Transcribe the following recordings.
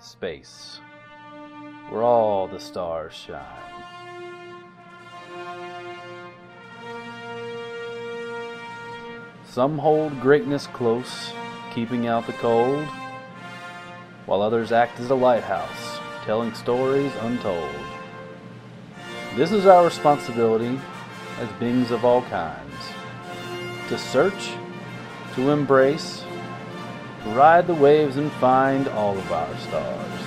space, where all the stars shine. Some hold greatness close, keeping out the cold, while others act as a lighthouse, telling stories untold. This is our responsibility as beings of all kinds to search, to embrace, to ride the waves and find all of our stars.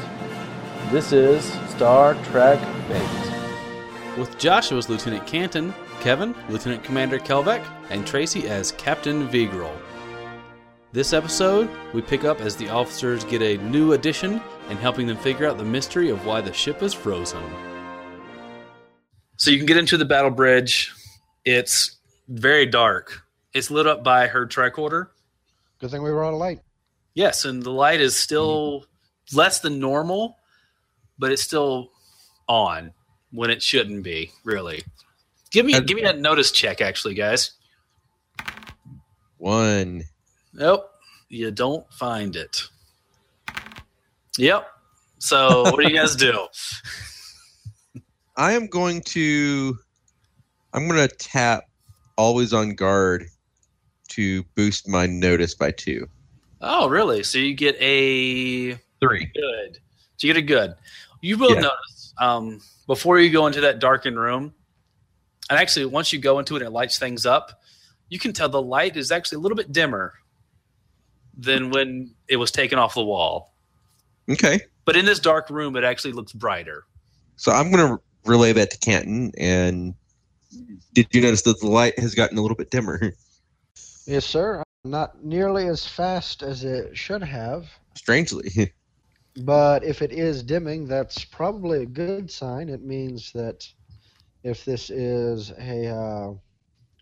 This is Star Trek Fate. With Josh as Lieutenant Canton, Kevin, Lieutenant Commander Kelvec, and Tracy as Captain Vigril. This episode, we pick up as the officers get a new addition and helping them figure out the mystery of why the ship is frozen. So you can get into the battle bridge. It's very dark. It's lit up by her tricorder. Good thing we were out of light. Yes, and the light is still mm-hmm. less than normal, but it's still on when it shouldn't be, really. Give me give me that notice check, actually, guys. One. Nope. You don't find it. Yep. So what do you guys do? I am going to I'm gonna tap always on guard to boost my notice by two. Oh really? So you get a three. Good. So you get a good. You will yeah. notice um, before you go into that darkened room, and actually, once you go into it and it lights things up, you can tell the light is actually a little bit dimmer than when it was taken off the wall. Okay. But in this dark room, it actually looks brighter. So I'm going to relay that to Canton. And did you notice that the light has gotten a little bit dimmer? Yes, sir. Not nearly as fast as it should have. Strangely. but if it is dimming, that's probably a good sign. It means that if this is a uh,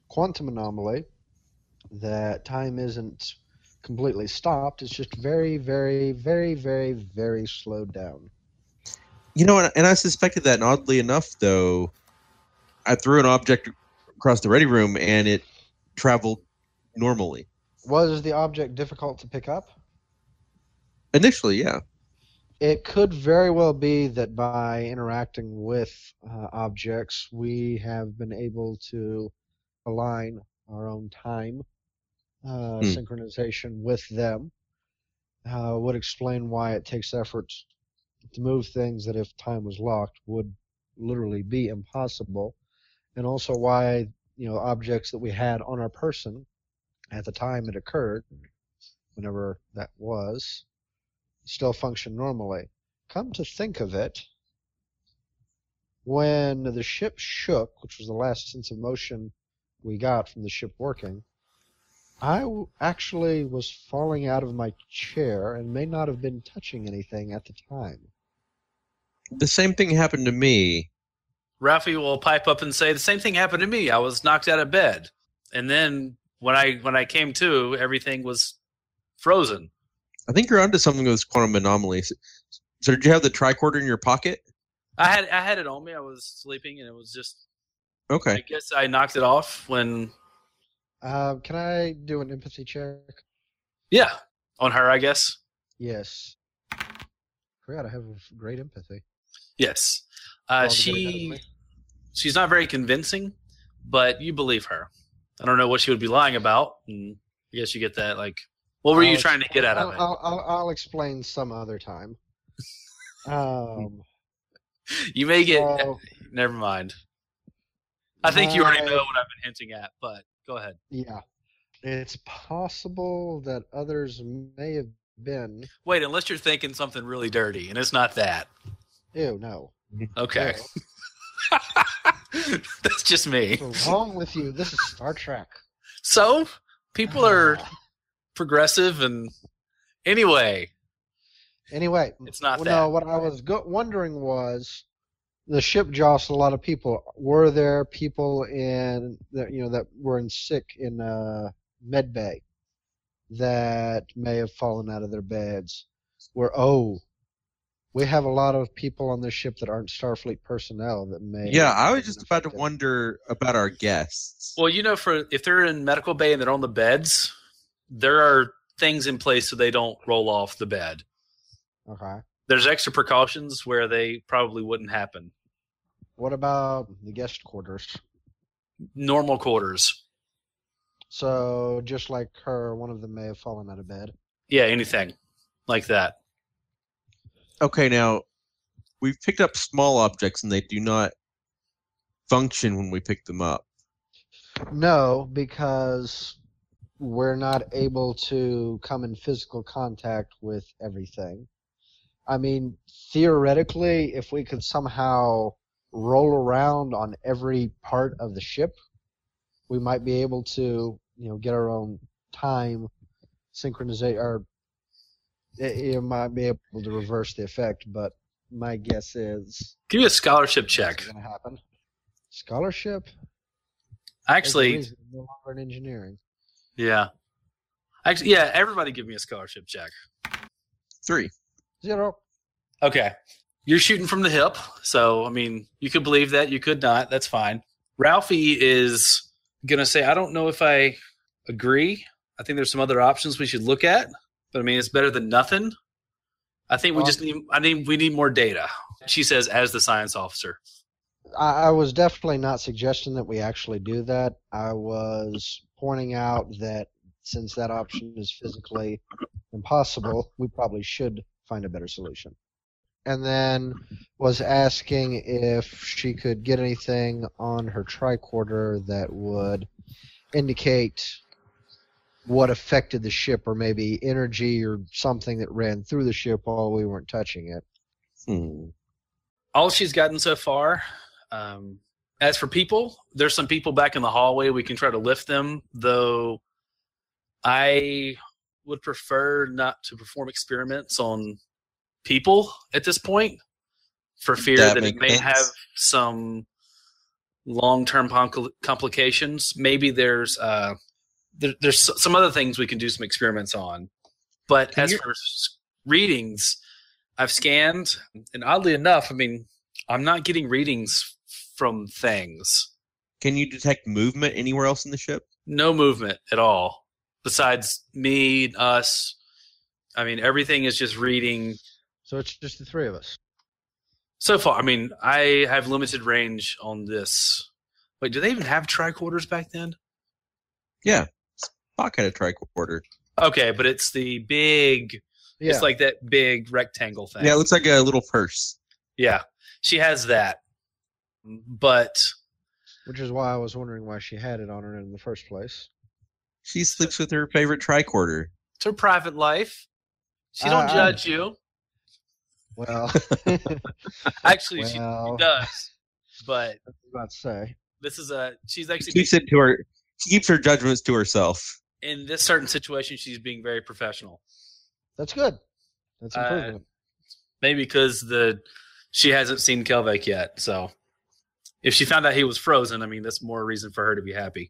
quantum anomaly, that time isn't completely stopped. It's just very, very, very, very, very slowed down. You know, and, and I suspected that. And oddly enough, though, I threw an object across the ready room and it traveled normally. Was the object difficult to pick up? Initially, yeah it could very well be that by interacting with uh, objects, we have been able to align our own time uh, mm. synchronization with them. Uh, would explain why it takes efforts to move things that, if time was locked, would literally be impossible, and also why you know objects that we had on our person at the time it occurred, whenever that was, still function normally. Come to think of it, when the ship shook, which was the last sense of motion we got from the ship working, I w- actually was falling out of my chair and may not have been touching anything at the time. The same thing happened to me. Ralphie will pipe up and say, "The same thing happened to me. I was knocked out of bed, and then when I when I came to, everything was frozen." I think you're onto something with this quantum anomaly. So, did you have the tricorder in your pocket? I had I had it on me. I was sleeping, and it was just okay. I guess I knocked it off when. Uh, can I do an empathy check? Yeah, on her, I guess. Yes. I forgot I have great empathy. Yes, uh, she she's not very convincing, but you believe her. I don't know what she would be lying about. And I guess you get that like what were you I'll, trying to get out I'll, of it? I'll, I'll, I'll, explain some other time. Um, you may get. So, never mind. I think my, you already know what I've been hinting at, but go ahead. Yeah. It's possible that others may have been. Wait, unless you're thinking something really dirty, and it's not that. Ew, no. Okay. No. That's just me. What's wrong with you? This is Star Trek. Ah. So, people are progressive and anyway anyway it's not well, no what i was go- wondering was the ship jostled a lot of people were there people in that you know that were in sick in uh med bay that may have fallen out of their beds were oh we have a lot of people on the ship that aren't Starfleet personnel that may. Yeah, I was just about to wonder about our guests. Well, you know, for if they're in medical bay and they're on the beds, there are things in place so they don't roll off the bed. Okay. there's extra precautions where they probably wouldn't happen. What about the guest quarters? Normal quarters. So just like her, one of them may have fallen out of bed. Yeah, anything like that. Okay, now we've picked up small objects and they do not function when we pick them up. No, because we're not able to come in physical contact with everything. I mean, theoretically, if we could somehow roll around on every part of the ship, we might be able to, you know, get our own time synchronization, or it, it might be able to reverse the effect. But my guess is Give me a scholarship check. it's going to happen. Scholarship. There's a Actually, reason I'm no longer in engineering. yeah. Actually, yeah, everybody give me a scholarship check. Three. Zero. Okay. You're shooting from the hip. So, I mean, you could believe that, you could not. That's fine. Ralphie is going to say, I don't know if I agree. I think there's some other options we should look at, but I mean, it's better than nothing. I think we just need, I need, we need more data. She says, as the science officer. I, I was definitely not suggesting that we actually do that. I was pointing out that since that option is physically impossible, we probably should find a better solution. And then was asking if she could get anything on her tricorder that would indicate what affected the ship or maybe energy or something that ran through the ship while we weren't touching it. Hmm. all she's gotten so far. Um, as for people, there's some people back in the hallway. We can try to lift them, though. I would prefer not to perform experiments on people at this point, for fear that, That it makes may sense. have some long-term compl- complications. Maybe there's uh, there, there's s- some other things we can do some experiments on. But Can as you- for s- readings, I've scanned, and oddly enough, I mean, I'm not getting readings from things. Can you detect movement anywhere else in the ship? No movement at all. Besides me, us. I mean, everything is just reading So it's just the three of us. so far. I mean, I have limited range on this. Wait, do they even have tricorders back then? Spock had a tricorder. Okay, but it's the big. Yeah. It's like that big rectangle thing. Yeah, it looks like a little purse. Yeah, she has that. But Which is why I was wondering why she had it on her in the first place. She sleeps with her favorite tricorder. it's her private life. She don't Uh, judge you. Well, Actually, she well, does. But I was about to say. this is a she's She actually keeps it to her. She keeps her judgments to herself. in this certain situation she's being very professional. That's good. That's Uh, improvement. Maybe because the she hasn't seen Kelvek yet. So if she found out he was frozen, I mean that's more reason for her to be happy.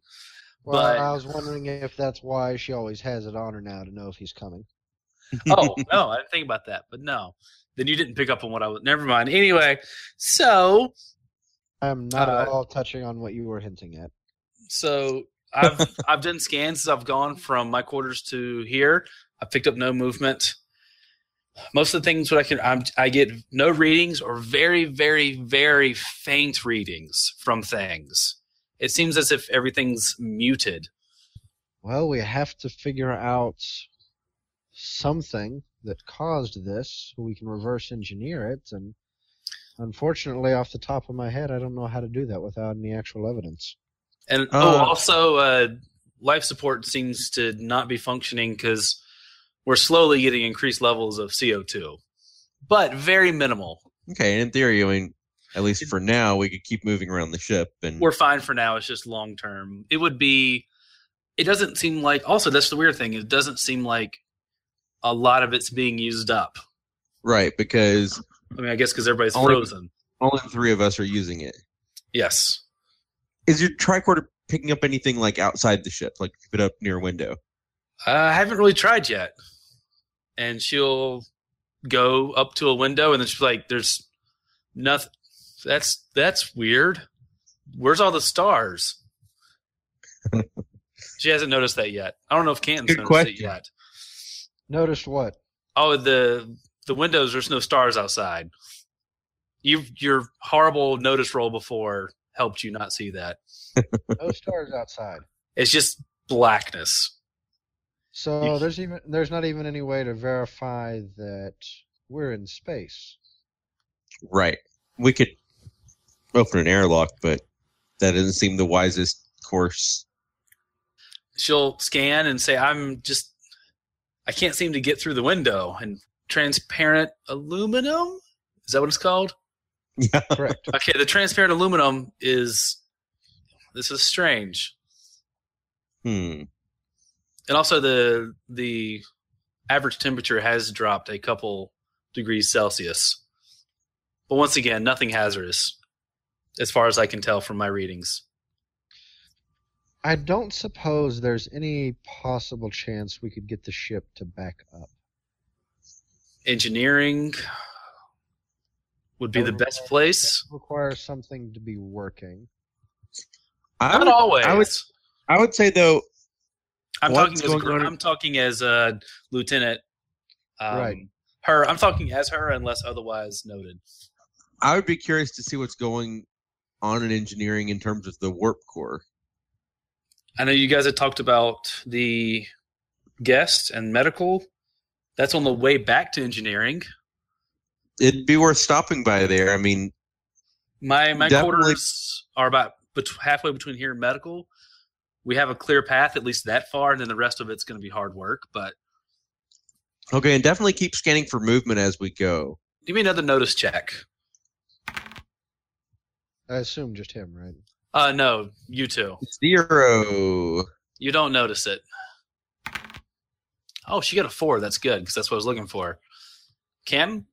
well, but- I was wondering if that's why she always has it on her now to know if he's coming. Oh no, I didn't think about that. But no, then you didn't pick up on what I was. Never mind. Anyway, so I'm not at Uh, all touching on what you were hinting at. So I've I've done scans as I've gone from my quarters to here. I picked up no movement. Most of the things what I can I'm, I get no readings or very very very faint readings from things. It seems as if everything's muted. Well, we have to figure out something that caused this. so We can reverse engineer it, and unfortunately, off the top of my head, I don't know how to do that without any actual evidence. And oh, Uh. also uh, life support seems to not be functioning because we're slowly getting increased levels of CO two, but very minimal. Okay, and in theory, I mean, at least for now, we could keep moving around the ship. And we're fine for now. It's just long term. It would be. It doesn't seem like. Also, that's the weird thing. It doesn't seem like a lot of it's being used up. right because I mean, I guess because everybody's Only- frozen. only three of us are using it. Yes. Is your tricorder picking up anything like outside the ship, like keep it up near a window? Uh, I haven't really tried yet. And she'll go up to a window, and then she's like, "There's nothing. That's that's weird. Where's all the stars?" she hasn't noticed that yet. I don't know if Canton's Good noticed it question. yet. Noticed what? Oh, the the windows. There's no stars outside. You your horrible notice roll before helped you not see that. No stars outside. It's just blackness. So there's even there's not even any way to verify that we're in space. Right. We could open an airlock, but that doesn't seem the wisest course. She'll scan and say, "I'm just, I can't seem to get through the window." And transparent aluminum is that what it's called? Yeah. Correct. Okay, the transparent aluminum is. This is strange. Hmm. and also the the average temperature has dropped a couple degrees Celsius. But once again, nothing hazardous, as far as I can tell from my readings. I don't suppose there's any possible chance we could get the ship to back up. Engineering would be the best place. Requires something to be working. I Not would, always. I would- I would say though, I'm What's talking as a, gr- going on? I'm talking as a lieutenant. Um, Right. Her. I'm talking as her, unless otherwise noted. I would be curious to see what's going on in engineering in terms of the warp core. I know you guys had talked about the guest and medical. That's on the way back to engineering. It'd be worth stopping by there. I mean, My my Definitely. quarters are about bet- halfway between here and medical. We have a clear path, at least that far, and then the rest of it's going to be hard work. But okay, and definitely keep scanning for movement as we go. give me another notice check. I assume just him, right? Uh, no, you two, Zero. you don't notice it. Oh, she got a four. That's good because that's what I was looking for. Kim,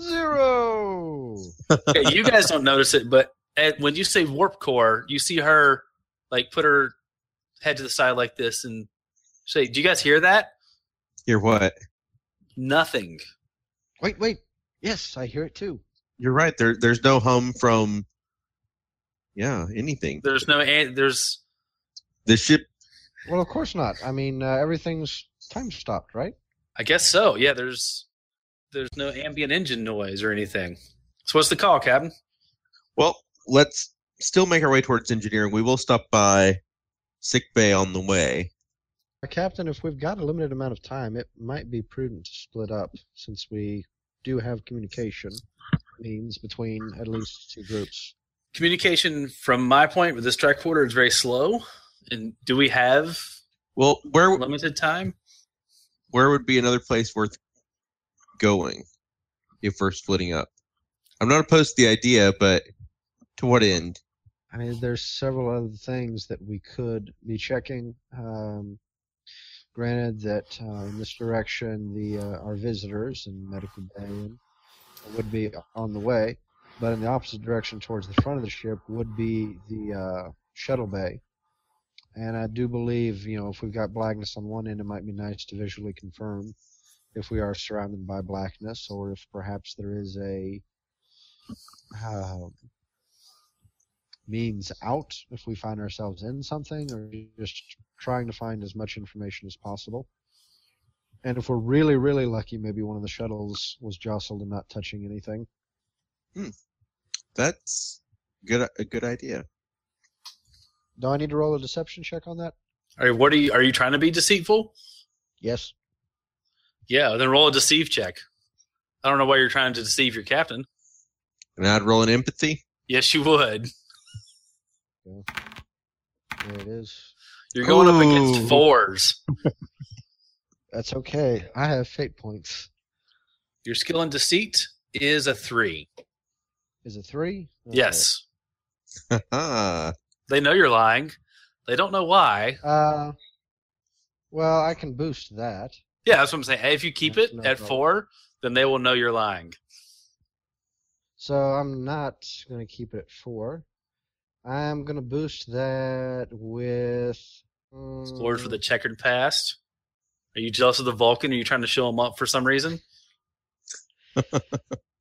Zero. Okay, you guys don't notice it, but at, when you say warp core, you see her like put her head to the side like this and say, "Do you guys hear that?" You're what? Nothing. Wait, wait. Yes, I hear it too. You're right. There, there's no hum from. Yeah, anything. There's no. an- There's The ship. Well, of course not. I mean, uh, everything's time stopped, right? I guess so. Yeah, there's there's no ambient engine noise or anything. So what's the call, Captain? Well, let's still make our way towards engineering. We will stop by sick bay on the way. Uh, Captain, if we've got a limited amount of time, it might be prudent to split up since we do have communication means between at least two groups. Communication from my point with this tricorder is very slow. And do we have Well, where limited time? where would be another place worth going if we're splitting up? I'm not opposed to the idea, but to what end? I mean, there's several other things that we could be checking. Um, granted that uh, in this direction, the uh, our visitors and medical bay and would be on the way, but in the opposite direction towards the front of the ship would be the uh, shuttle bay. And I do believe, you know, if we've got blackness on one end, it might be nice to visually confirm if we are surrounded by blackness, or if perhaps there is a uh, means out if we find ourselves in something or just trying to find as much information as possible. And if we're really, really lucky, maybe one of the shuttles was jostled and not touching anything. That's good. A good idea. Do I need to roll a deception check on that? All right, what are you are you trying to be deceitful? Yes. Yeah, then roll a deceive check. I don't know why you're trying to deceive your captain. And I'd roll an empathy. Yes, you would. There it is. You're going up Ooh. against fours. That's okay. I have fate points. Your skill in deceit is a three. Is it three? Okay. Yes. Ah, They know you're lying. They don't know why. Uh, well, I can boost that. Yeah, that's what I'm saying. Hey, if you keep That's it no at problem. four, then they will know you're lying. So I'm not going to keep it at four. I'm going to boost that with. Explored for mm, the checkered past. Are you jealous of the Vulcan? Are you trying to show him up for some reason?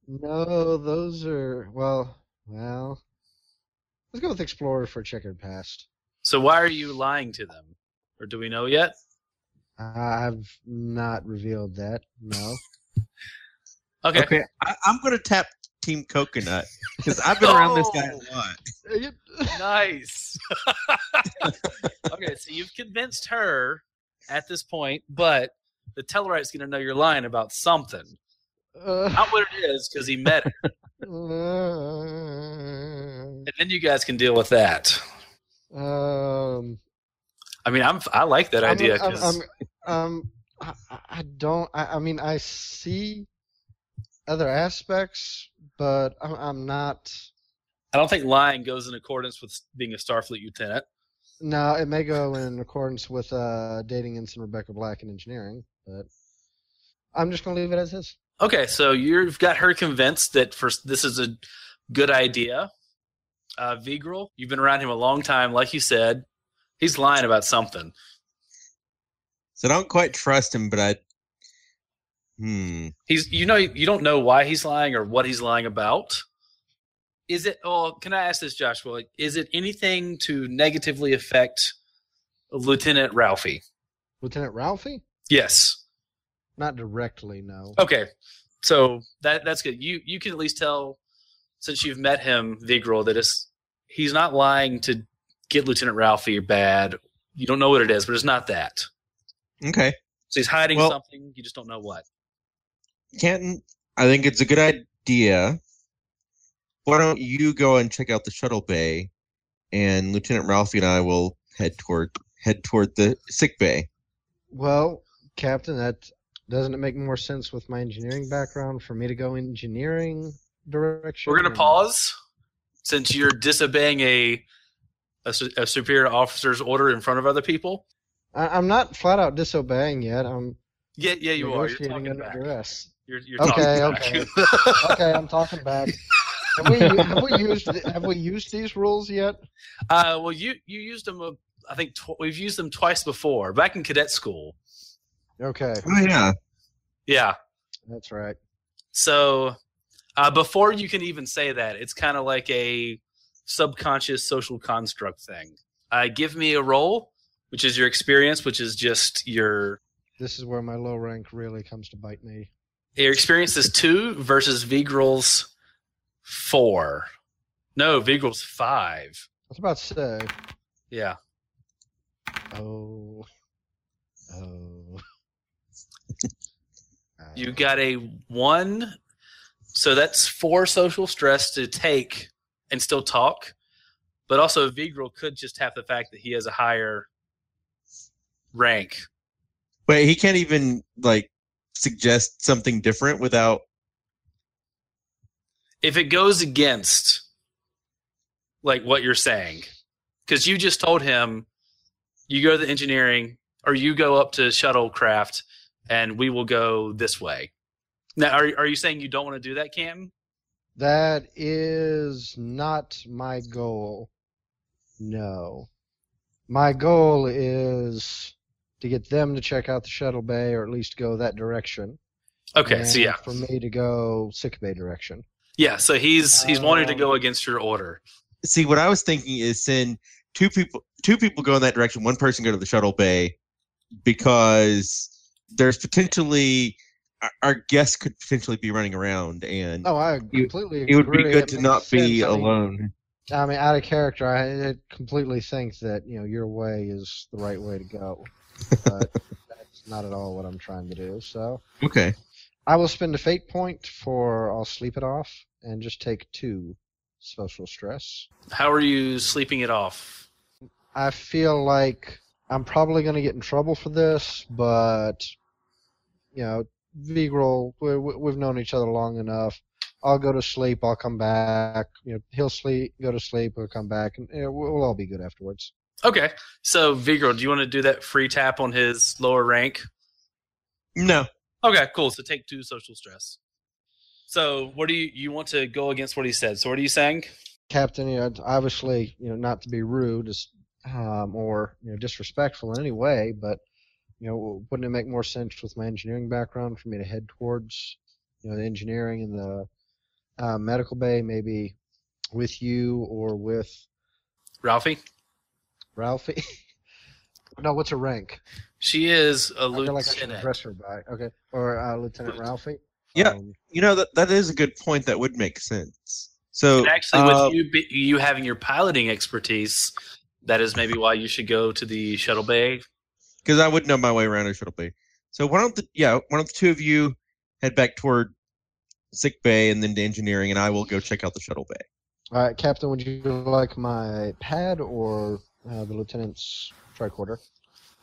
No, those are well, well. Let's go with Explorer for Checkered Past. So why are you lying to them? Or do we know yet? I've not revealed that. No. Okay. Okay, I, I'm going to tap Team Coconut because I've been around this guy a lot. Nice. okay, so you've convinced her at this point, but the Tellarite's going to know you're lying about something. Uh, Not what it is, because he met her. And then you guys can deal with that. um, I mean, I'm I like that idea I'm, I'm, 'cause- I'm- um, I, I- I don't. I, I mean, I see other aspects, but I'm, I'm not. I don't think lying goes in accordance with being a Starfleet lieutenant. No, it may go in accordance with uh, dating ensign Rebecca Black in engineering, but I'm just gonna leave it as is. Okay, so you've got her convinced that first this is a good idea. Uh, Vigral, you've been around him a long time, like you said. He's lying about something. So I don't quite trust him, but I. Hmm. He's you know you don't know why he's lying or what he's lying about. Is it? Oh, can I ask this, Joshua? Like, Is it anything to negatively affect Lieutenant Ralphie? Lieutenant Ralphie? Yes. Not directly, no. Okay, so that that's good. You you can at least tell since you've met him, Vigral, that it's he's not lying to get Lieutenant Ralphie bad. You don't know what it is, but it's not that. Okay. So he's hiding Well- something. You just don't know what. Canton, I think it's a good idea. Why don't you go and check out the shuttle bay, and Lieutenant Ralphie and I will head toward head toward the sick bay. Well, Captain, that doesn't it make more sense with my engineering background for me to go engineering direction? We're gonna pause since you're disobeying a a, su- a superior officer's order in front of other people. I, I'm not flat out disobeying yet. I'm Yeah, yeah, you are. You're negotiating talking under back. duress. You're, you're Okay, talking back. okay, I'm talking back. Have we, have we used have we used these rules yet? uh, well, you you used them. uh, I think tw- we've used them twice before, back in cadet school. Okay, Oh yeah. Yeah. that's right. So, uh, before you can even say that, it's kind of like a subconscious social construct thing. Uh, give me a roll, which is your experience, which is just your This is where my low rank really comes to bite me. your experience is two versus Vigral's four. No, Vigral's five. I was about to say, Yeah. oh, oh. You got a one. So that's four social stress to take and still talk. But also, Vigral could just have the fact that he has a higher rank. But he can't even like suggest something different without. If it goes against like what you're saying, because you just told him you go to the engineering or you go up to shuttlecraft and we will go this way. Now, are, are you saying you don't want to do that, Canton? That is not my goal. No. My goal is to get them to check out the shuttle bay or at least go that direction. Okay, so and yeah, For me to go sick bay direction. yeah. So he's he's wanting to Um, go against your order. See, what I was thinking is send two people two people go in that direction, one person go to the shuttle bay, because there's potentially our- our guests could potentially be running around, and Oh, I You- completely it would be agree. good It to makes not be sense. I mean, alone. I mean, out of character, I I completely think that, you know, your way is the right way to go. But that's not at all what I'm trying to do, so. Okay. I will spend a fate point for I'll sleep it off and just take two social stress. How are you sleeping it off? I feel like I'm probably going to get in trouble for this, but you know, Vigral, we, we- we've known each other long enough. I'll go to sleep. I'll come back. You know, he'll sleep, go to sleep, we'll come back, and you know, we'll we'll all be good afterwards. Okay. So, Vigro, do you want to do that free tap on his lower rank? No. Okay, cool. So, take two social stress. So, what do you you want to go against what he said? So, what are you saying? Captain, you know, obviously, you know, not to be rude is, um, or you know, disrespectful in any way, but you know, wouldn't it make more sense with my engineering background for me to head towards, you know, the engineering and the uh, medical bay, maybe with you or with Ralphie? Ralphie? no, what's her rank? She is a I feel like I should lieutenant. address her by okay, or uh, Lieutenant Ralphie. Yeah. Um, You know that that is a good point. That would make sense. So And actually, with uh, you be, you having your piloting expertise, that is maybe why you should go to the shuttle bay. because I would know my way around a shuttle bay. So why don't the yeah why don't the two of you head back toward sick bay and then to engineering, and I will go check out the shuttle bay. all right, Captain, would you like my pad or uh, the lieutenant's tricorder?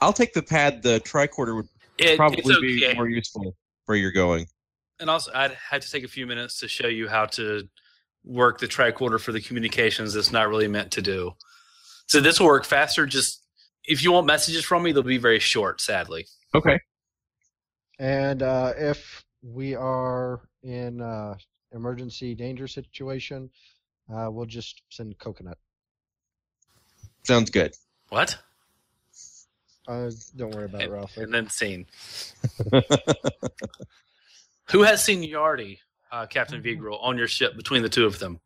I'll take the pad. The tricorder would It, probably it's okay. be more useful where you're going. and also, I'd had to take a few minutes to show you how to work the tricorder for the communications. That's not really meant to do. So this will work faster. Just if you want messages from me, they'll be very short. Sadly, Okay. And uh, if we are in uh, emergency danger situation, uh, we'll just send coconut. Sounds good. what? Uh, don't worry about it, Ralph. And then scene. Who has seniority, uh, Captain Mm-hmm. Vigro, on your ship between the two of them?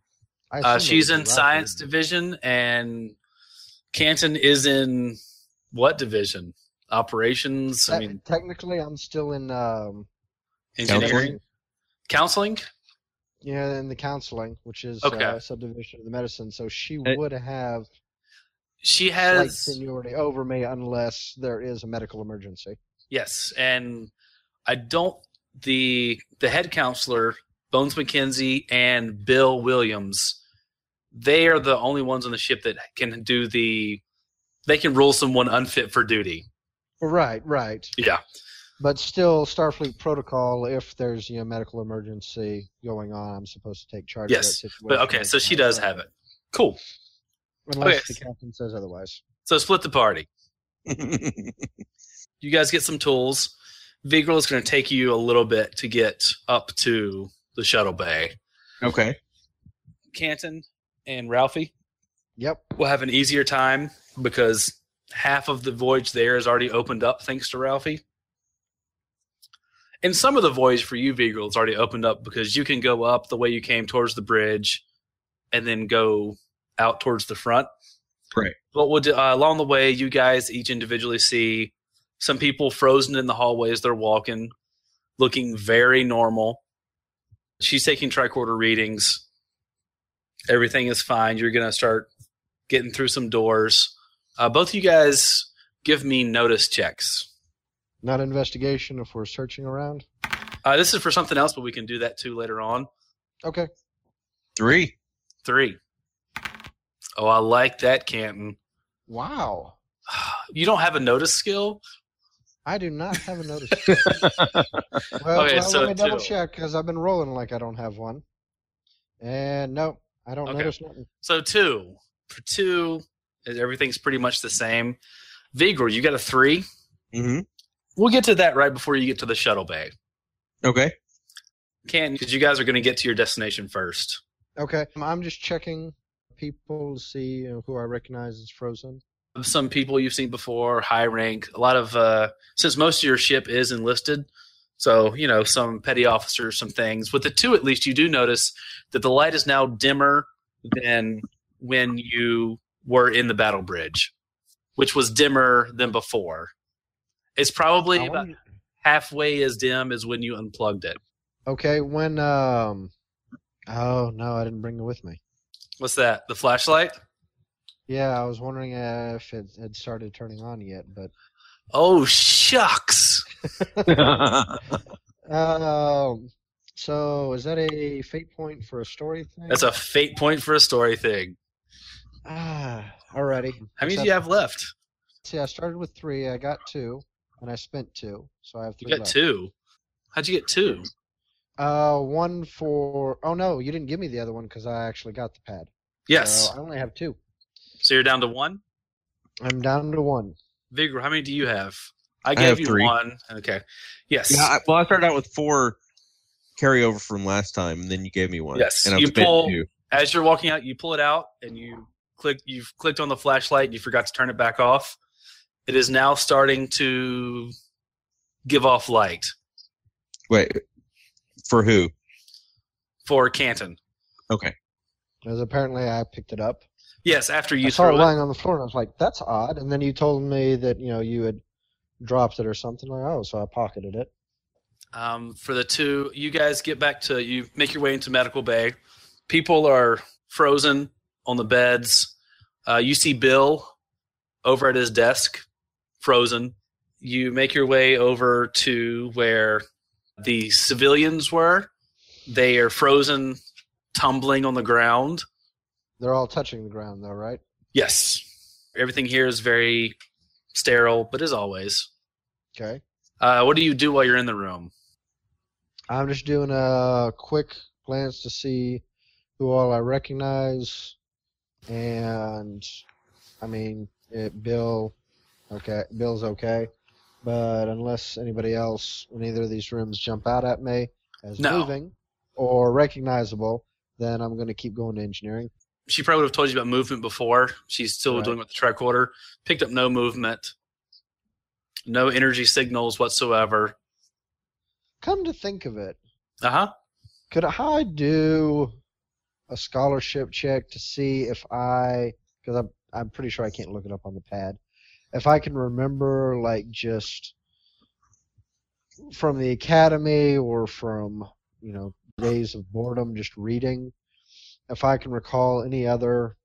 I assume it Uh, would she's be in Ralph, science wouldn't division, and Canton is in what division? Operations. it? I mean, Te- technically, I'm still in um, engineering, counseling. yeah, in the counseling, which is Okay. uh, subdivision of the medicine. So she Uh, would have She slight has seniority over me unless there is a medical emergency. yes, and I don't. The the head counselor Bones McKenzie and Bill Williams, they are the only ones on the ship that can do the. They can rule someone unfit for duty. Right, right. Yeah. But still, Starfleet protocol, if there's you know, medical emergency going on, I'm supposed to take charge Yes, of that situation. But okay, so she does have it. Cool. Unless Okay. the captain says otherwise. So split the party. you guys get some tools. Vigral is going to take you a little bit to get up to the shuttle bay. okay. Canton and Ralphie Yep. will have an easier time because half of the voyage there is already opened up thanks to Ralphie. And some of the voyage for you, Vigral, is already opened up because you can go up the way you came towards the bridge and then go out towards the front. Right. But we'll do, uh, along the way, you guys each individually see some people frozen in the hallways. They're walking, looking very normal. She's taking tricorder readings. Everything is fine. You're going to start getting through some doors. Uh, both of you guys give me notice checks. Not investigation if we're searching around. Uh, this is for something else, but we can do that too later on. Okay. Three. Three. Oh, I like that, Canton. Wow. You don't have a notice skill? I do not have a notice. well, Okay, well, so let me double two. check because I've been rolling like I don't have one. And no, I don't Okay. notice nothing. So two. For two, everything's pretty much the same. Vigor, you got a three? Mm-hmm. We'll get to that right before you get to the shuttle bay. Okay. Canton, because you guys are going to get to your destination first. Okay. I'm just checking people to see you know, who I recognize as frozen. Some people you've seen before, high rank, a lot of, uh, since most of your ship is enlisted, so, you know, some petty officers, some things. With the two, at least, you do notice that the light is now dimmer than when you were in the battle bridge, which was dimmer than before. It's probably I about wonder- halfway as dim as when you unplugged it. Okay, when um oh no, I didn't bring it with me. What's that? The flashlight? Yeah, I was wondering if it had started turning on yet, but Oh, shucks. um so is that a fate point for a story thing? That's a fate point for a story thing. ah, alrighty. How many do Except- you have left? See, I started with three, I got two, and I spent two, so I have You three got left. two. How'd you get two? Uh, one for oh no, you didn't give me the other one because I actually got the pad. Yes. so I only have two. So you're down to one? I'm down to one. Vigor, how many do you have? I have gave you three. one. Okay. Yes. Yeah, I, well, I started out with four carryover from last time, and then you gave me one. Yes, and I've you spent pull- two. As you're walking out, you pull it out and you click you've clicked on the flashlight and you forgot to turn it back off. It is now starting to give off light Wait, for who? for Canton. Because apparently I picked it up. Yes, after you I saw it throw it. lying on the floor, and I was like, "That's odd." And then you told me that you know you had dropped it or something. Like, oh, so I pocketed it. um, for the two. You guys get back to you make your way into medical bay. People are frozen on the beds. Uh, you see Bill over at his desk, frozen. You make your way over to where the civilians were. They are frozen, tumbling on the ground. They're all touching the ground, though, right? Yes, everything here is very sterile, but as always. Okay. Uh, what do you do while you're in the room? I'm just doing a quick glance to see who all I recognize, and I mean, it, Bill. Okay, Bill's okay, but unless anybody else in either of these rooms jump out at me as No. moving or recognizable, then I'm going to keep going to engineering. She probably would have told you about movement before. She's still Right. doing with the tricorder. Picked up no movement, no energy signals whatsoever. Come to think of it, Uh Uh-huh. huh. could I do a scholarship check to see if I, because I'm I'm pretty sure I can't look it up on the pad, if I can remember like just from the academy or from you know days of boredom just reading, if I can recall any other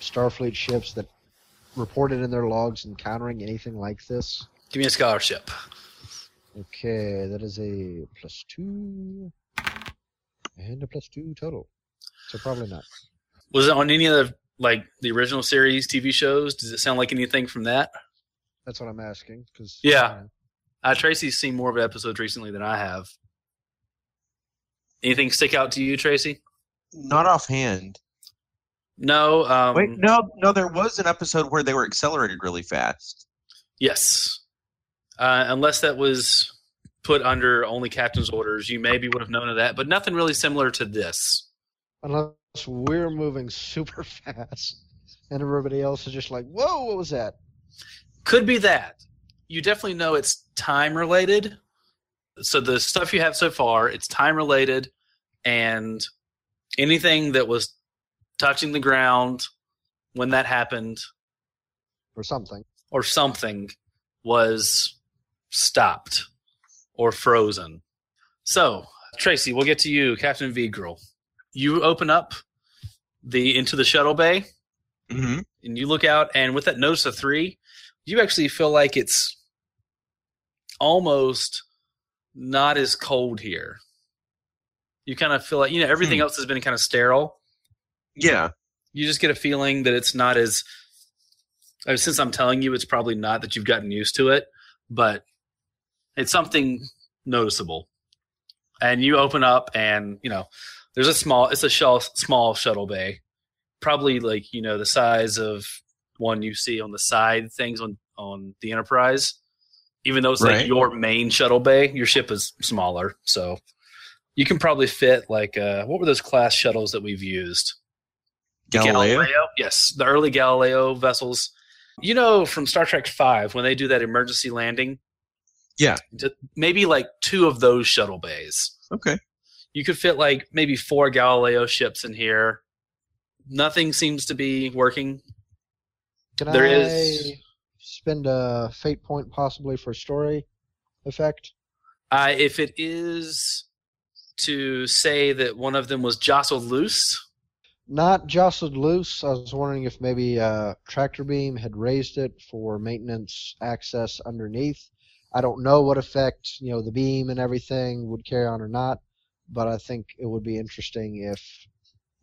Starfleet ships that reported in their logs encountering anything like this. Give me a scholarship. Okay, that is a plus two and a plus two total. So probably not. Was it on any of the like the original series TV shows? Does it sound like anything from that? That's what I'm asking. Cause Yeah. Uh, Tracy's seen more of episodes recently than I have. Anything stick out to you, Tracy? Not offhand. No. Um, Wait, no, no, there was an episode where they were accelerated really fast. Yes. Uh, unless that was put under only captain's orders, you maybe would have known of that, but nothing really similar to this. Unless we're moving super fast and everybody else is just like, "Whoa, what was that?" Could be that. You definitely know it's time related. So the stuff you have so far, it's time related, and anything that was touching the ground when that happened Or something. or something was stopped or frozen. So, Tracy, we'll get to you, Captain Vigral. You open up the into the shuttle bay Mm-hmm. and you look out, and with that notice of three, you actually feel like it's almost not as cold here. You kind of feel like you know everything Hmm. else has been kind of sterile Yeah. you just get a feeling that it's not as I mean, since I'm telling you it's probably not that you've gotten used to it, but it's something noticeable. And you open up and, you know, there's a small it's a shell, small shuttle bay. Probably like, you know, the size of one you see on the side things on on the Enterprise. Even though it's Right. like your main shuttle bay, your ship is smaller. So you can probably fit like uh what were those class shuttles that we've used? Galileo. Yes, the early Galileo vessels. You know, from Star Trek Five, when they do that emergency landing. Yeah. d- Maybe like two of those shuttle bays. Okay. You could fit like maybe four Galileo ships in here. Nothing seems to be working. Can There I is- spend a fate point possibly for story effect? Uh, if it is to say that one of them was jostled loose, Not jostled loose. I was wondering if maybe a tractor beam had raised it for maintenance access underneath. I don't know what effect you know the beam and everything would carry on or not, but I think it would be interesting if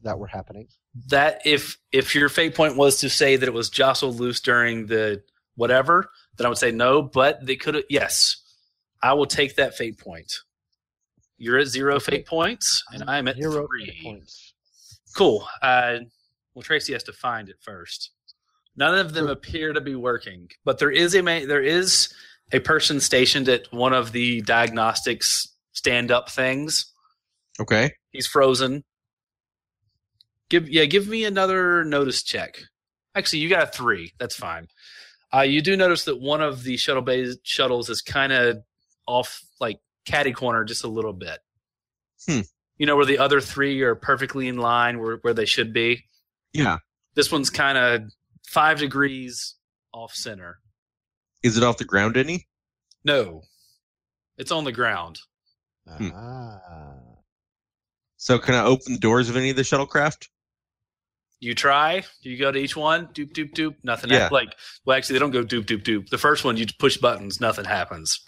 that were happening. that if if your fate point was to say that it was jostled loose during the whatever, then I would say no. But they could have yes, I will take that fate point. You're at zero fate points, and I'm at Zero three. points. Cool. Uh, well, Tracy has to find it first. None of them appear to be working, but there is a ma- there is a person stationed at one of the diagnostics stand up things. Okay. He's frozen. Give yeah, give me another notice check. Actually, you got a three. That's fine. Uh, you do notice that one of the shuttle bay shuttles is kind of off, like catty corner, just a little bit. Hmm. You know where the other three are perfectly in line where where they should be. Yeah. This one's kind of five degrees off center. Is it off the ground any? No, It's on the ground. Hmm. Ah. So can I open the doors of any of the shuttlecraft? You try. You go to each one. Doop doop doop. Nothing. Yeah. Like well, actually, they don't go doop doop doop. The first one, you push buttons. Nothing happens.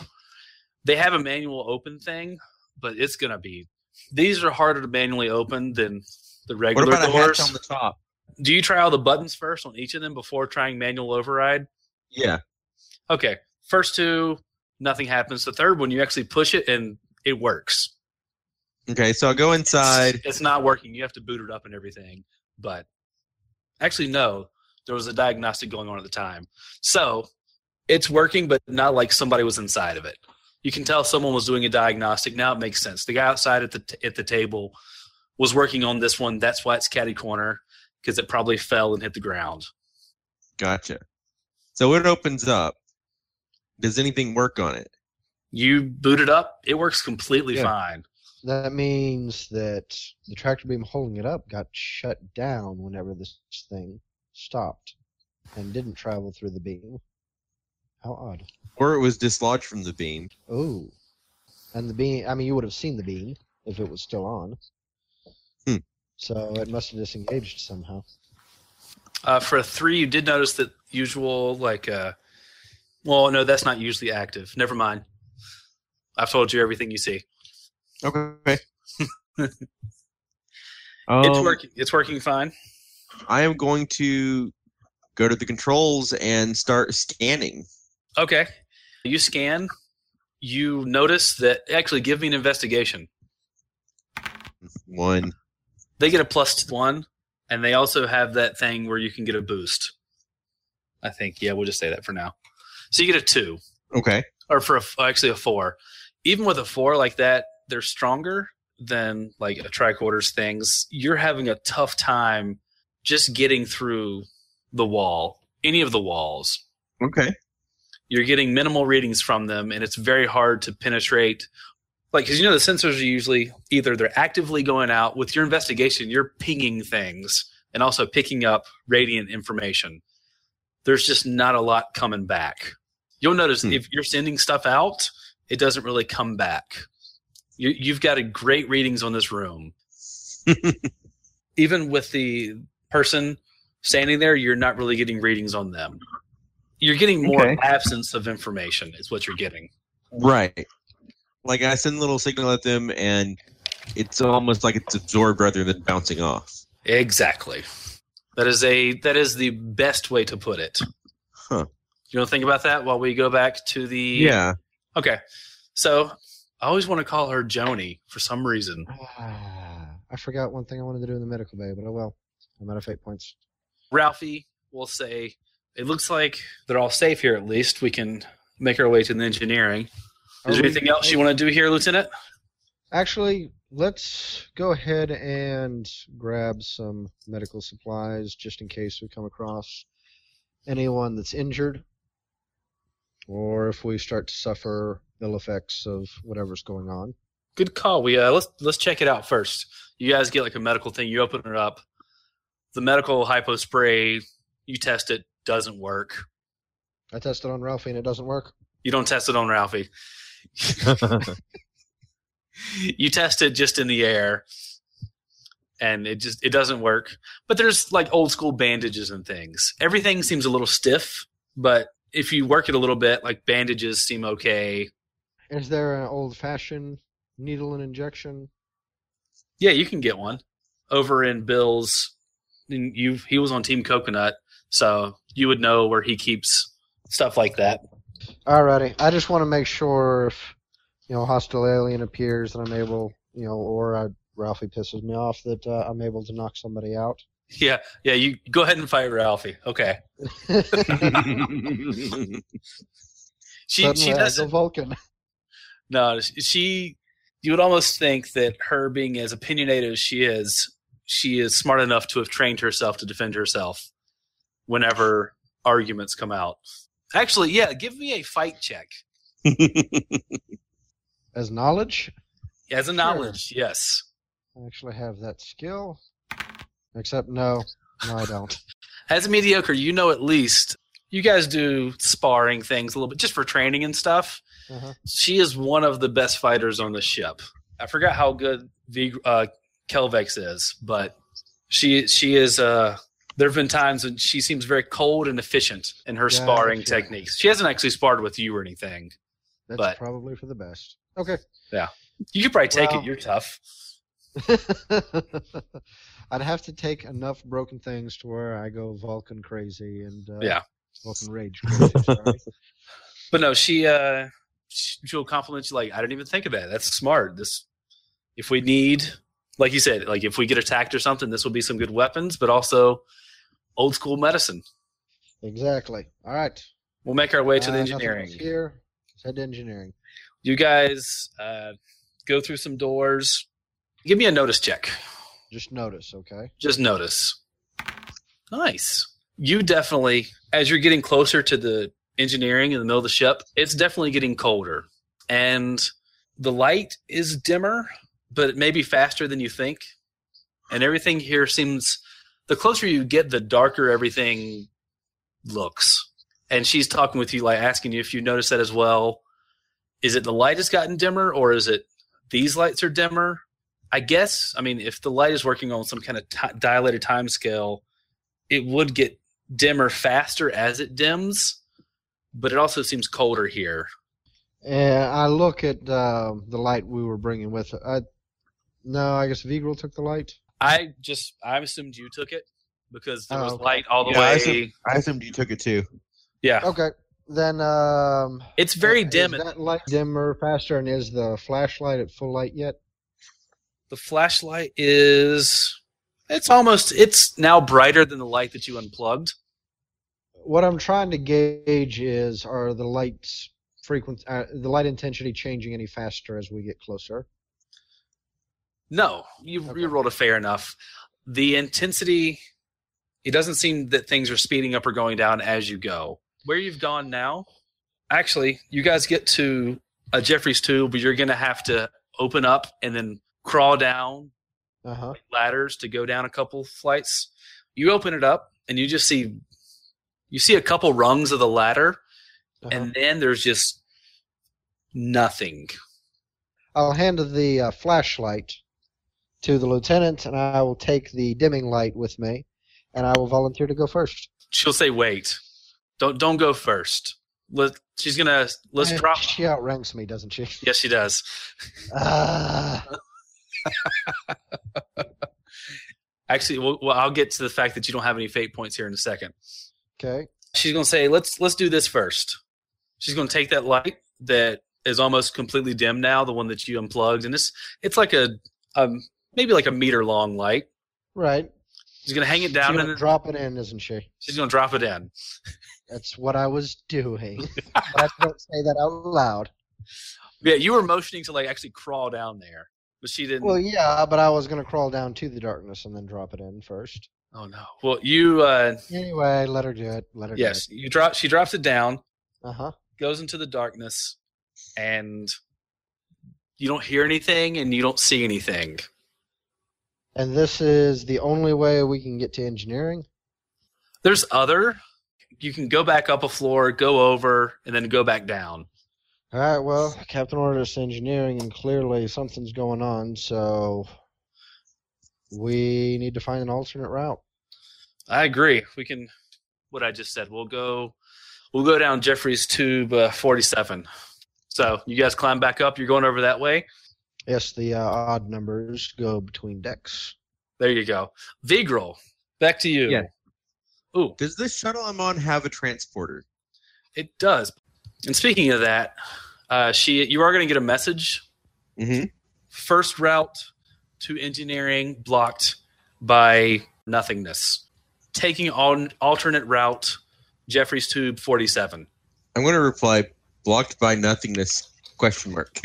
They have a manual open thing, but it's gonna be. These are harder to manually open than the What regular about a doors. hatch on the top? Do you try all the buttons first on each of them before trying manual override? Yeah. Okay. First two, nothing happens. The third one, you actually push it and it works. Okay, so I'll go inside. It's not working. You have to boot it up and everything. But actually, no, there was a diagnostic going on at the time. So it's working, but not like somebody was inside of it. You can tell someone was doing a diagnostic. Now it makes sense. The guy outside at the t- at the table was working on this one. That's why it's catty corner because it probably fell and hit the ground. Gotcha. So it opens up. Does anything work on it? You boot it up. It works completely Yeah. fine. That means that the tractor beam holding it up got shut down whenever this thing stopped and didn't travel through the beam. How odd. Or it was dislodged from the beam. Oh. And the beam, I mean, you would have seen the beam if it was still on. Hmm. So it must have disengaged somehow. Uh, for a three, you did notice that usual like, uh, well, no, that's not usually active. Never mind. I've told you everything you see. Okay. it's Um, working. It's working fine. I am going to go to the controls and start scanning. Okay. You scan. You notice that. Actually, give me an investigation. One. They get a plus one, and they also have that thing where you can get a boost. I think. Yeah, we'll just say that for now. So you get a two. Okay. or for a, actually a four. Even with a four like that, they're stronger than like a tricorders things. You're having a tough time just getting through the wall, any of the walls. Okay. You're getting minimal readings from them, and it's very hard to penetrate. Like, because you know, the sensors are usually either they're actively going out with your investigation, you're pinging things and also picking up radiant information. There's just not a lot coming back. You'll notice Hmm. if you're sending stuff out, it doesn't really come back. You, you've got a great readings on this room. Even with the person standing there, you're not really getting readings on them. You're getting more Okay. absence of information, is what you're getting. Right. Like I send a little signal at them, and it's almost like it's absorbed rather than bouncing off. Exactly. That is a that is the best way to put it. Huh. You want to think about that while we go back to the Yeah. Okay. So I always want to call her Joni for some reason. Ah, I forgot one thing I wanted to do in the medical bay, but oh well. I'm out of fate points. Ralphie will say, It looks like they're all safe here at least. We can make our way to the engineering. Is Are there we- anything else you want to do here, Lieutenant? Actually, let's go ahead and grab some medical supplies just in case we come across anyone that's injured or if we start to suffer ill effects of whatever's going on. Good call. We uh, let's let's check it out first. You guys get like a medical thing. You open it up. The medical hypo spray. You test it. Doesn't work. I tested on Ralphie and it doesn't work. You don't test it on Ralphie. you test it just in the air, and it just it doesn't work. But there's like old school bandages and things. Everything seems a little stiff, but if you work it a little bit, like bandages seem okay. Is there an old fashioned needle and injection? Yeah, you can get one over in Bill's. and You he was on Team Coconut, so you would know where he keeps stuff like that. Alrighty. I just want to make sure if you know hostile alien appears that I'm able, you know, or I, Ralphie pisses me off that uh, I'm able to knock somebody out. Yeah, yeah. You go ahead and fight Ralphie. Okay, she she Suddenly I doesn't. go Vulcan. No, she. You would almost think that her being as opinionated as she is, she is smart enough to have trained herself to defend herself whenever arguments come out. Actually, yeah, give me a fight check As knowledge, as a knowledge. Yes. I actually have that skill. Except no, no, I don't. As a mediocre, you know at least you guys do sparring things a little bit just for training and stuff. Uh-huh. She is one of the best fighters on the ship. I forgot how good v, uh, Kelvex is, but she she is. Uh, there have been times when she seems very cold and efficient in her Yeah, sparring sure. techniques. She hasn't actually sparred with you or anything. That's But- probably for the best. Okay. You could probably take Well- it. You're tough. I'd have to take enough broken things to where I go Vulcan crazy and uh, Yeah. Vulcan rage. Crazy, sorry. But no, she uh she, she'll compliment you like I didn't even think of that. That's smart. This if we need like you said, like if we get attacked or something, this will be some good weapons, but also old school medicine. exactly. All right. We'll make our way to the Uh, nothing else engineering. Here, let's head to engineering. You guys uh go through some doors. Give me a notice check. Just notice, okay? Just notice. Nice. You definitely as you're getting closer to the engineering in the middle of the ship, it's definitely getting colder. And the light is dimmer, but it may be faster than you think. And everything here seems the closer you get, the darker everything looks. And she's talking with you, like asking you if you notice that as well. Is it the light has gotten dimmer, or is it these lights are dimmer? I guess, I mean, if the light is working on some kind of ti dilated time scale, it would get dimmer faster as it dims, but it also seems colder here. And I look at uh, the light we were bringing with. I, no, I guess Vigral took the light. I just I assumed you took it because there Oh, was okay. light all the Yeah, I way. assume- I assumed you took it too. yeah, Okay. Then um, Ah. it's very Oh, is dim. that light dimmer faster, and is the flashlight at full light yet? the flashlight is it's almost it's now brighter than the light that you unplugged. What I'm trying to gauge is are the lights frequency, uh, the light intensity changing any faster as we get closer? No, you Okay. you rolled a fair enough. The intensity it doesn't seem that things are speeding up or going down as you go. Where you've gone now, actually, you guys get to a Jeffrey's tube, but you're gonna have to open up and then crawl down Uh huh. ladders to go down a couple flights. You open it up and you just see you see a couple rungs of the ladder Uh-huh. and then there's just nothing. I'll hand the uh, flashlight to the lieutenant, and I will take the dimming light with me, and I will volunteer to go first. She'll say wait. Don't don't go first. Let she's going to let's Eh, drop She outranks me, doesn't she? Yes, she does. Ah, Actually, well, well, I'll get to the fact that you don't have any fate points here in a second. okay. She's going to say, "Let's let's do this first. She's going to take that light that is almost completely dim now, the one that you unplugged, and it's it's like a um maybe like a meter long light. Right. She's gonna hang it down She'll and then drop it in, isn't she? she's gonna drop it in. That's what I was doing. but I don't say that out loud. Yeah, you were motioning to like actually crawl down there, but she didn't. Well, yeah, but I was going to crawl down to the darkness and then drop it in first. oh no. Well, you uh, Anyway, let her do it. Let her yes, you drop. She drops it down, do it. Uh huh. goes into the darkness, and you don't hear anything and you don't see anything. And this is the only way we can get to engineering? There's other. You can go back up a floor, go over, and then go back down. All right, well, Captain ordered us engineering, and clearly something's going on, so we need to find an alternate route. I agree. We can. What I just said. We'll go. We'll go down Jeffrey's tube uh, 47. So you guys climb back up. You're going over that way. Yes, the uh, odd numbers go between decks. There you go. Vigral, back to you. Yeah. Ooh, Does this shuttle I'm on have a transporter? it does. And speaking of that, uh, she you are going to get a message. Mm-hmm. First route to engineering blocked by nothingness. Taking on alternate route, Jeffrey's tube 47. I'm going to reply blocked by nothingness question mark.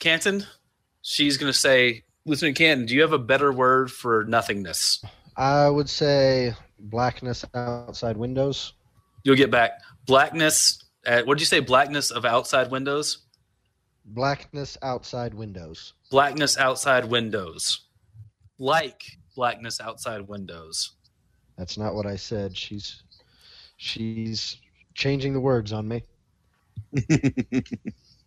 Canton, she's going to say, Lieutenant Canton, do you have a better word for nothingness? I would say blackness outside windows. You'll get back blackness. At, what did you say? Blackness of outside windows. Blackness outside windows. blackness outside windows like blackness outside windows That's not what I said. She's she's changing the words on me.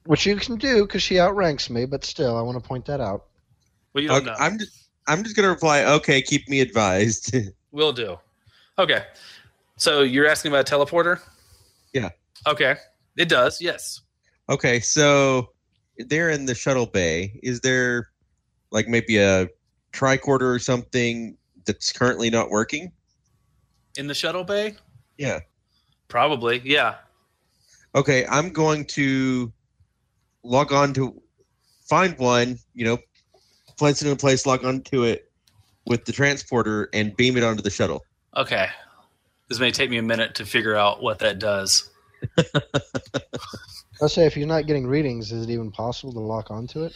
Which you can do because she outranks me, but still, I want to point that out. Well, you don't Okay, know. I'm just, I'm just gonna reply. Okay, keep me advised. Will do. Okay. So you're asking about a teleporter? Yeah. Okay. It does. Yes. okay, so they're in the shuttle bay. Is there like maybe a tricorder or something that's currently not working? In the shuttle bay? Yeah. Probably. Yeah. Okay, I'm going to log on to find one. You know, place it in place, log on to it with the transporter, and beam it onto the shuttle. Okay. This may take me a minute to figure out what that does. Let's say if you're not getting readings, is it even possible to lock onto it?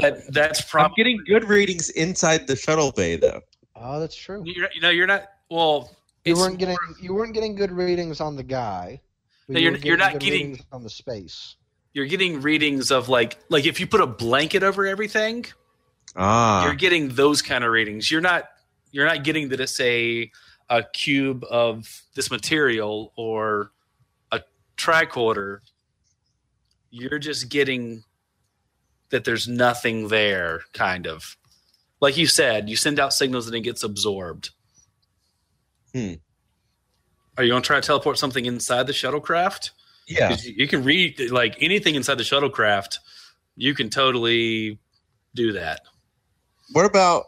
that that's I'm probably getting good readings inside the shuttle bay, though. Oh, that's true. you're, you know you're not well. You it's weren't getting more- you weren't getting good readings on the guy. but No, you you're- were you're not good getting- readings on the space. you're getting readings of like like if you put a blanket over everything, Ah, you're getting those kind of readings. You're not you're not getting that it's a a cube of this material or a tricorder. You're just getting that there's nothing there, kind of. Like you said, you send out signals and it gets absorbed. Hmm. Are you going to try to teleport something inside the shuttlecraft? yeah. 'Cause You you can read like anything inside the shuttlecraft. You can totally do that. What about?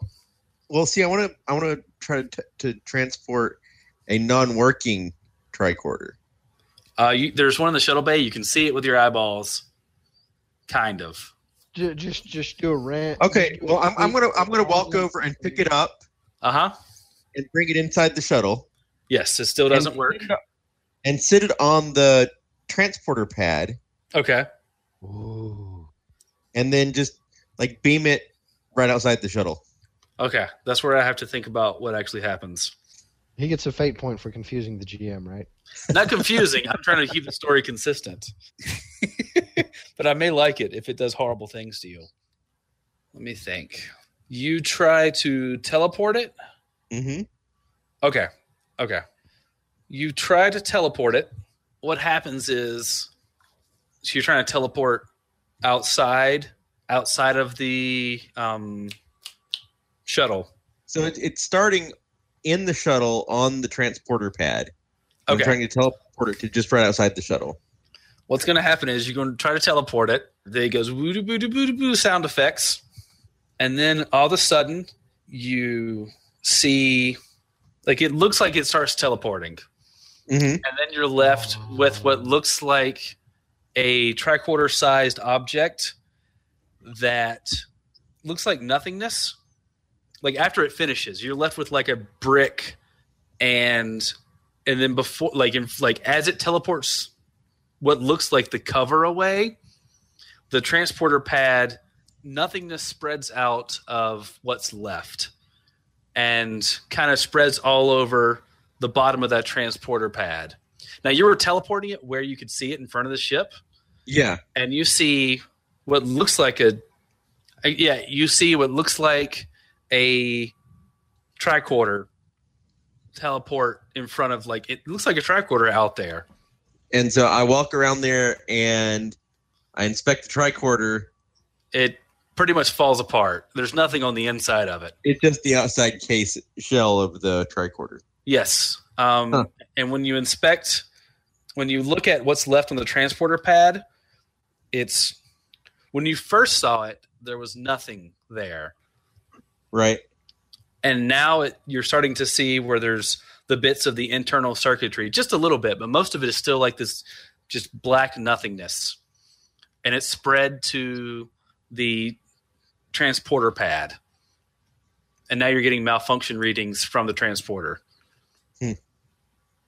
Well, see, I want to. I want to try to, to transport a non-working tricorder. Uh, you, there's one in the shuttle bay. You can see it with your eyeballs, kind of. Ju- Just just do a rant. Okay. just do a Well, I'm, I'm complete- gonna. I'm gonna walk over and pick it up Uh huh. and bring it inside the shuttle Yes, it still doesn't work. and sit it on the transporter pad, Okay. Ooh. and then just like beam it right outside the shuttle. Okay. That's where I have to think about what actually happens. He gets a fate point for confusing the GM, right? Not confusing. I'm trying to keep the story consistent. but I may like it if it does horrible things to you. Let me think. You try to teleport it. Mm-hmm. Okay. Okay. You try to teleport it. What happens is so you're trying to teleport outside outside of the um, shuttle. So it, it's starting in the shuttle on the transporter pad. I'm Okay. trying to teleport it to just right outside the shuttle. What's going to happen is you're going to try to teleport it. There goes woo doo boo doo boo doo boo sound effects. And then all of a sudden you see like it looks like it starts teleporting. Mm-hmm. and then you're left with what looks like a tricorder sized object that looks like nothingness like after it finishes you're left with like a brick and and then before like in like as it teleports what looks like the cover away the transporter pad nothingness spreads out of what's left and kind of spreads all over the bottom of that transporter pad. Now you were teleporting it where you could see it in front of the ship, Yeah. and you see what looks like a uh, yeah, you see what looks like a tricorder teleport in front of like it looks like a tricorder out there. And so I walk around there and I inspect the tricorder. It pretty much falls apart. There's nothing on the inside of it. It's just the outside case shell of the tricorder. Yes. Um, Huh. And when you inspect, when you look at what's left on the transporter pad, it's when you first saw it, there was nothing there. Right. And now it, you're starting to see where there's the bits of the internal circuitry, just a little bit, but most of it is still like this just black nothingness. And it's spread to the transporter pad. And now you're getting malfunction readings from the transporter. Hmm.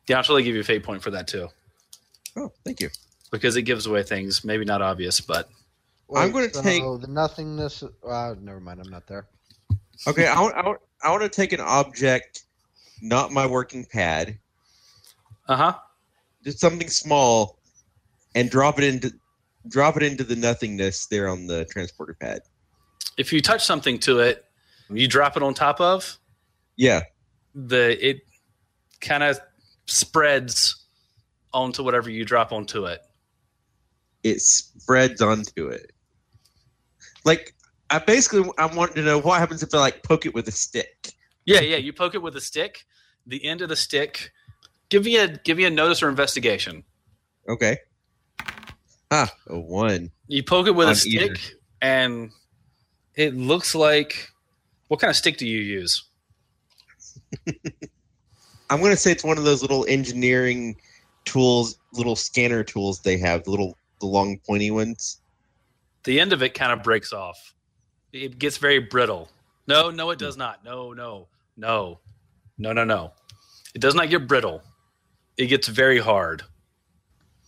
Yeah, I'll totally give you a fate point for that too, Oh, thank you. because it gives away things, maybe not obvious, but I'm gonna so take- the nothingness. Uh, never mind. I'm not there. Okay, I want, I, want, I want to take an object, not my working pad, uh huh. just something small, and drop it into drop it into the nothingness there on the transporter pad. If you touch something to it, you drop it on top of, Yeah. the it kind of spreads onto whatever you drop onto it. it spreads onto it. Like I basically I want to know what happens if I like poke it with a stick. Yeah, yeah. You poke it with a stick. The end of the stick. Give me a give me a notice or investigation. Okay. Ah, a one. You poke it with On a stick, either. and it looks like. What kind of stick do you use? I'm gonna say it's one of those little engineering tools, little scanner tools they have, the little the long pointy ones. The end of it kind of breaks off. It gets very brittle. No, no, it does not. No, no, no, no, no, no. It does not get brittle. It gets very hard.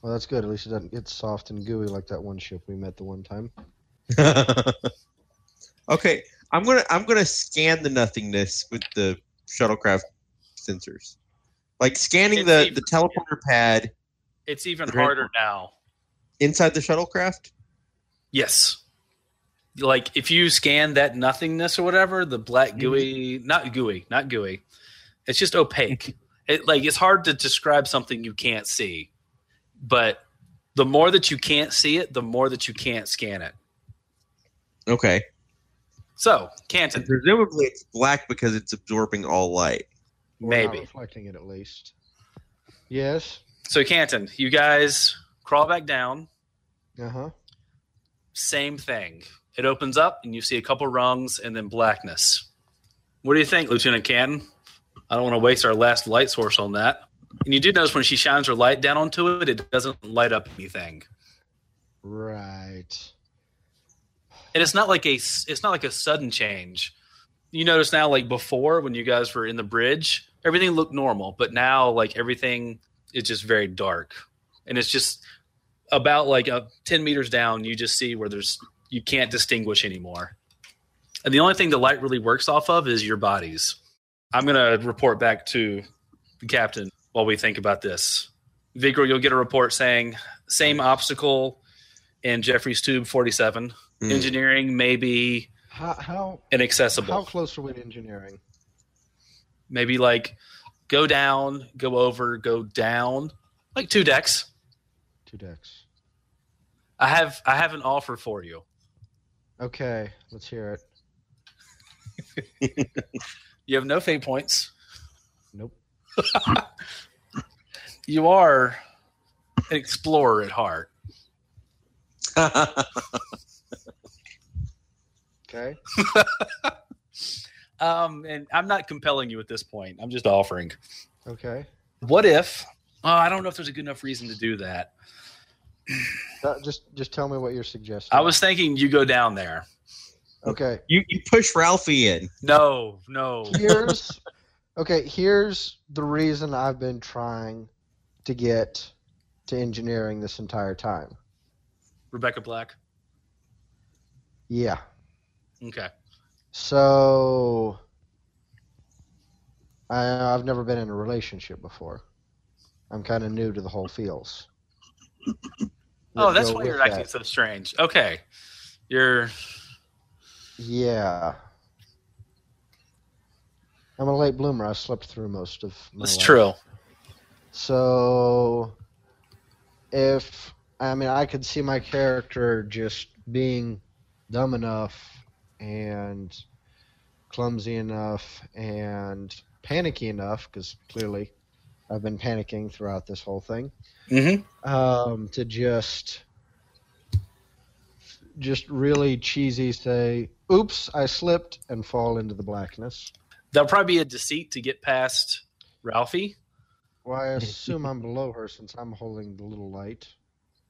Well, that's good. At least it doesn't get soft and gooey like that one ship we met the one time. okay, I'm gonna I'm gonna scan the nothingness with the shuttlecraft sensors, like scanning It's the even- the teleporter pad It's even Brittle. harder now. inside the shuttlecraft. Yes. Like if you scan that nothingness or whatever, the black gooey, not gooey, not gooey. It's just opaque. it like it's hard to describe something you can't see. But the more that you can't see it, the more that you can't scan it. Okay, So, and Canton, presumably it's black because it's absorbing all light. Or not Maybe. reflecting it at least. Yes. so Canton, you guys crawl back down. Uh huh. Same thing. It opens up and you see a couple rungs and then blackness. What do you think, Lieutenant Canton? I don't want to waste our last light source on that. And you do notice when she shines her light down onto it, it doesn't light up anything. Right. And it's not like a s- it's not like a sudden change. You notice now, like before when you guys were in the bridge, everything looked normal, but now like everything is just very dark, and it's just about like a ten meters down. You just see where there's you can't distinguish anymore, and the only thing the light really works off of is your bodies. I'm gonna report back to the captain while we think about this. Vigor, you'll get a report saying same obstacle in Jeffrey's tube 47 Hmm. engineering may be How how inaccessible. how close are we to engineering? Maybe like go down, go over, go down, like two decks. Two decks. I have I have an offer for you. Okay, let's hear it. You have no fate points. Nope. You are an explorer at heart. Okay. Um, and I'm not compelling you at this point. I'm just offering. Okay. What if? Oh, I don't know if there's a good enough reason to do that. Uh, just just tell me what you're suggesting. I was thinking you go down there. okay. you you push Ralphie in. No, no. Here's okay. Here's the reason I've been trying to get to engineering this entire time. Rebecca Black. Yeah. Okay. So I, I've never been in a relationship before. I'm kind of new to the whole feels. Oh, That that's why go with you're acting that. so strange. Okay. You're Yeah. I'm a late bloomer. I slept through most of my That's life. true. So, if I mean, I could see my character just being dumb enough and clumsy enough and panicky enough, because clearly I've been panicking throughout this whole thing, Mm-hmm. um, to just just really cheesy say, "Oops, I slipped," and fall into the blackness. That'll probably be a deceit to get past Ralphie. Well, I assume I'm below her since I'm holding the little light.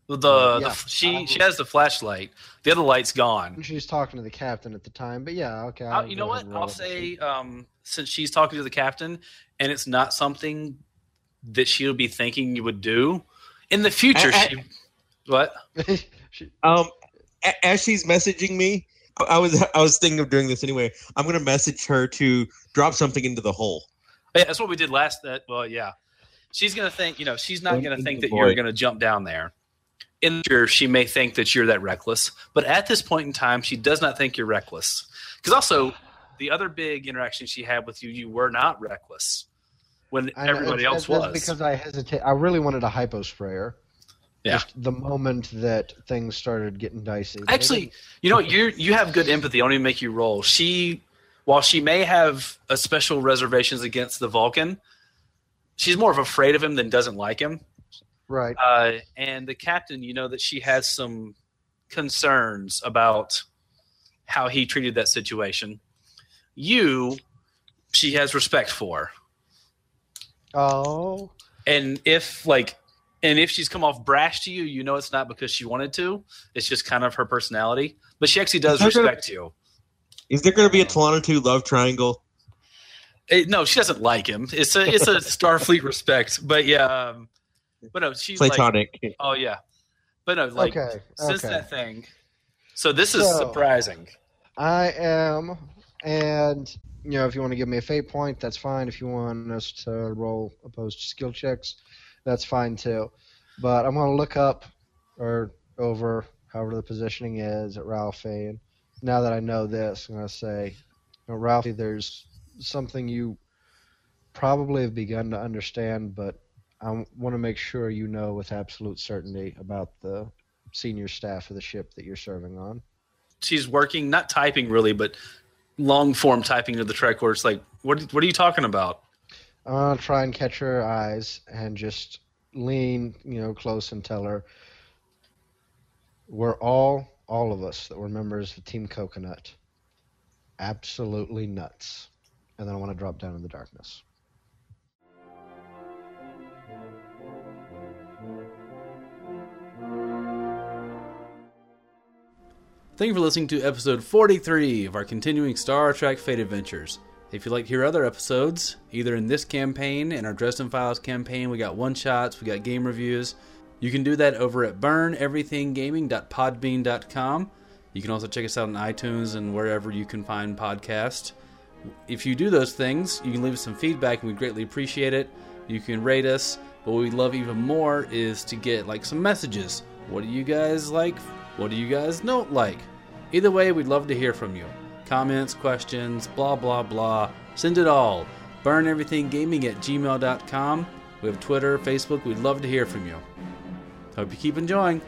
The, the Yeah, she I she will- has the flashlight. The other light's gone. She's talking to the captain at the time, but yeah, okay. I'll- you know what? I'll say um, since she's talking to the captain, and it's not something that she'll be thinking you would do in the future. I- I- she what? She- Um, a- as she's messaging me, I- I was I was thinking of doing this anyway. I'm gonna message her to drop something into the hole. Yeah, that's what we did last. That well, yeah. She's gonna think. You know, she's not Don't gonna think think the that you're boy. gonna jump down there. In the future, she may think that you're that reckless, but at this point in time, she does not think you're reckless. Because also, the other big interaction she had with you, you were not reckless when I know, everybody it's- else that's was. Because I hesitate. I really wanted a hypo sprayer, Yeah. Just the moment that things started getting dicey. They Actually, didn't- you know you you have good empathy. I don't even make you roll. She, while she may have a special reservations against the Vulcan, she's more of afraid of him than doesn't like him. right. Uh, and the captain, you know that she has some concerns about how he treated that situation. You, she has respect for. Oh, And if like, and if she's come off brash to you, you know it's not because she wanted to. It's just kind of her personality. But she actually does Okay. respect you. Is there going to be Oh. a Talana 2 love triangle? It, Eh, no, she doesn't like him. It's a it's a Starfleet respect, but yeah, um, but no, she's like, Platonic. oh yeah, but no, like okay. since okay. that thing. So this is So- surprising. I am, and you know, if you want to give me a fate point, that's fine. If you want us to roll opposed skill checks, that's fine too. But I'm gonna look up or over however the positioning is at Ralphie, and now that I know this, I'm gonna say, you know, Ralphie, there's something you probably have begun to understand, but I want to make sure you know with absolute certainty about the senior staff of the ship that you're serving on. She's working, not typing really, but long form typing to the track where it's like, what what are you talking about? I'm gonna try and catch her eyes and just lean, you know, close and tell her we're all, all of us that were members of Team Coconut, absolutely nuts. And then I want to drop down in the darkness. Thank you for listening to episode 43 of our continuing Star Trek Fate Adventures. If you'd like to hear other episodes, either in this campaign, in our Dresden Files campaign, we got one shots, we got game reviews, you can do that over at burneverythinggaming.podbean.com. You can also check us out on iTunes and wherever you can find podcasts. If you do those things, you can leave us some feedback and we greatly appreciate it. You can rate us, but what we'd love even more is to get like some messages. What do you guys like? What do you guys don't like? Either way, we'd love to hear from you. Comments, questions, blah blah blah. Send it all. Burneverythinggaming at gmail.com. We have Twitter, Facebook, we'd love to hear from you. Hope you keep enjoying.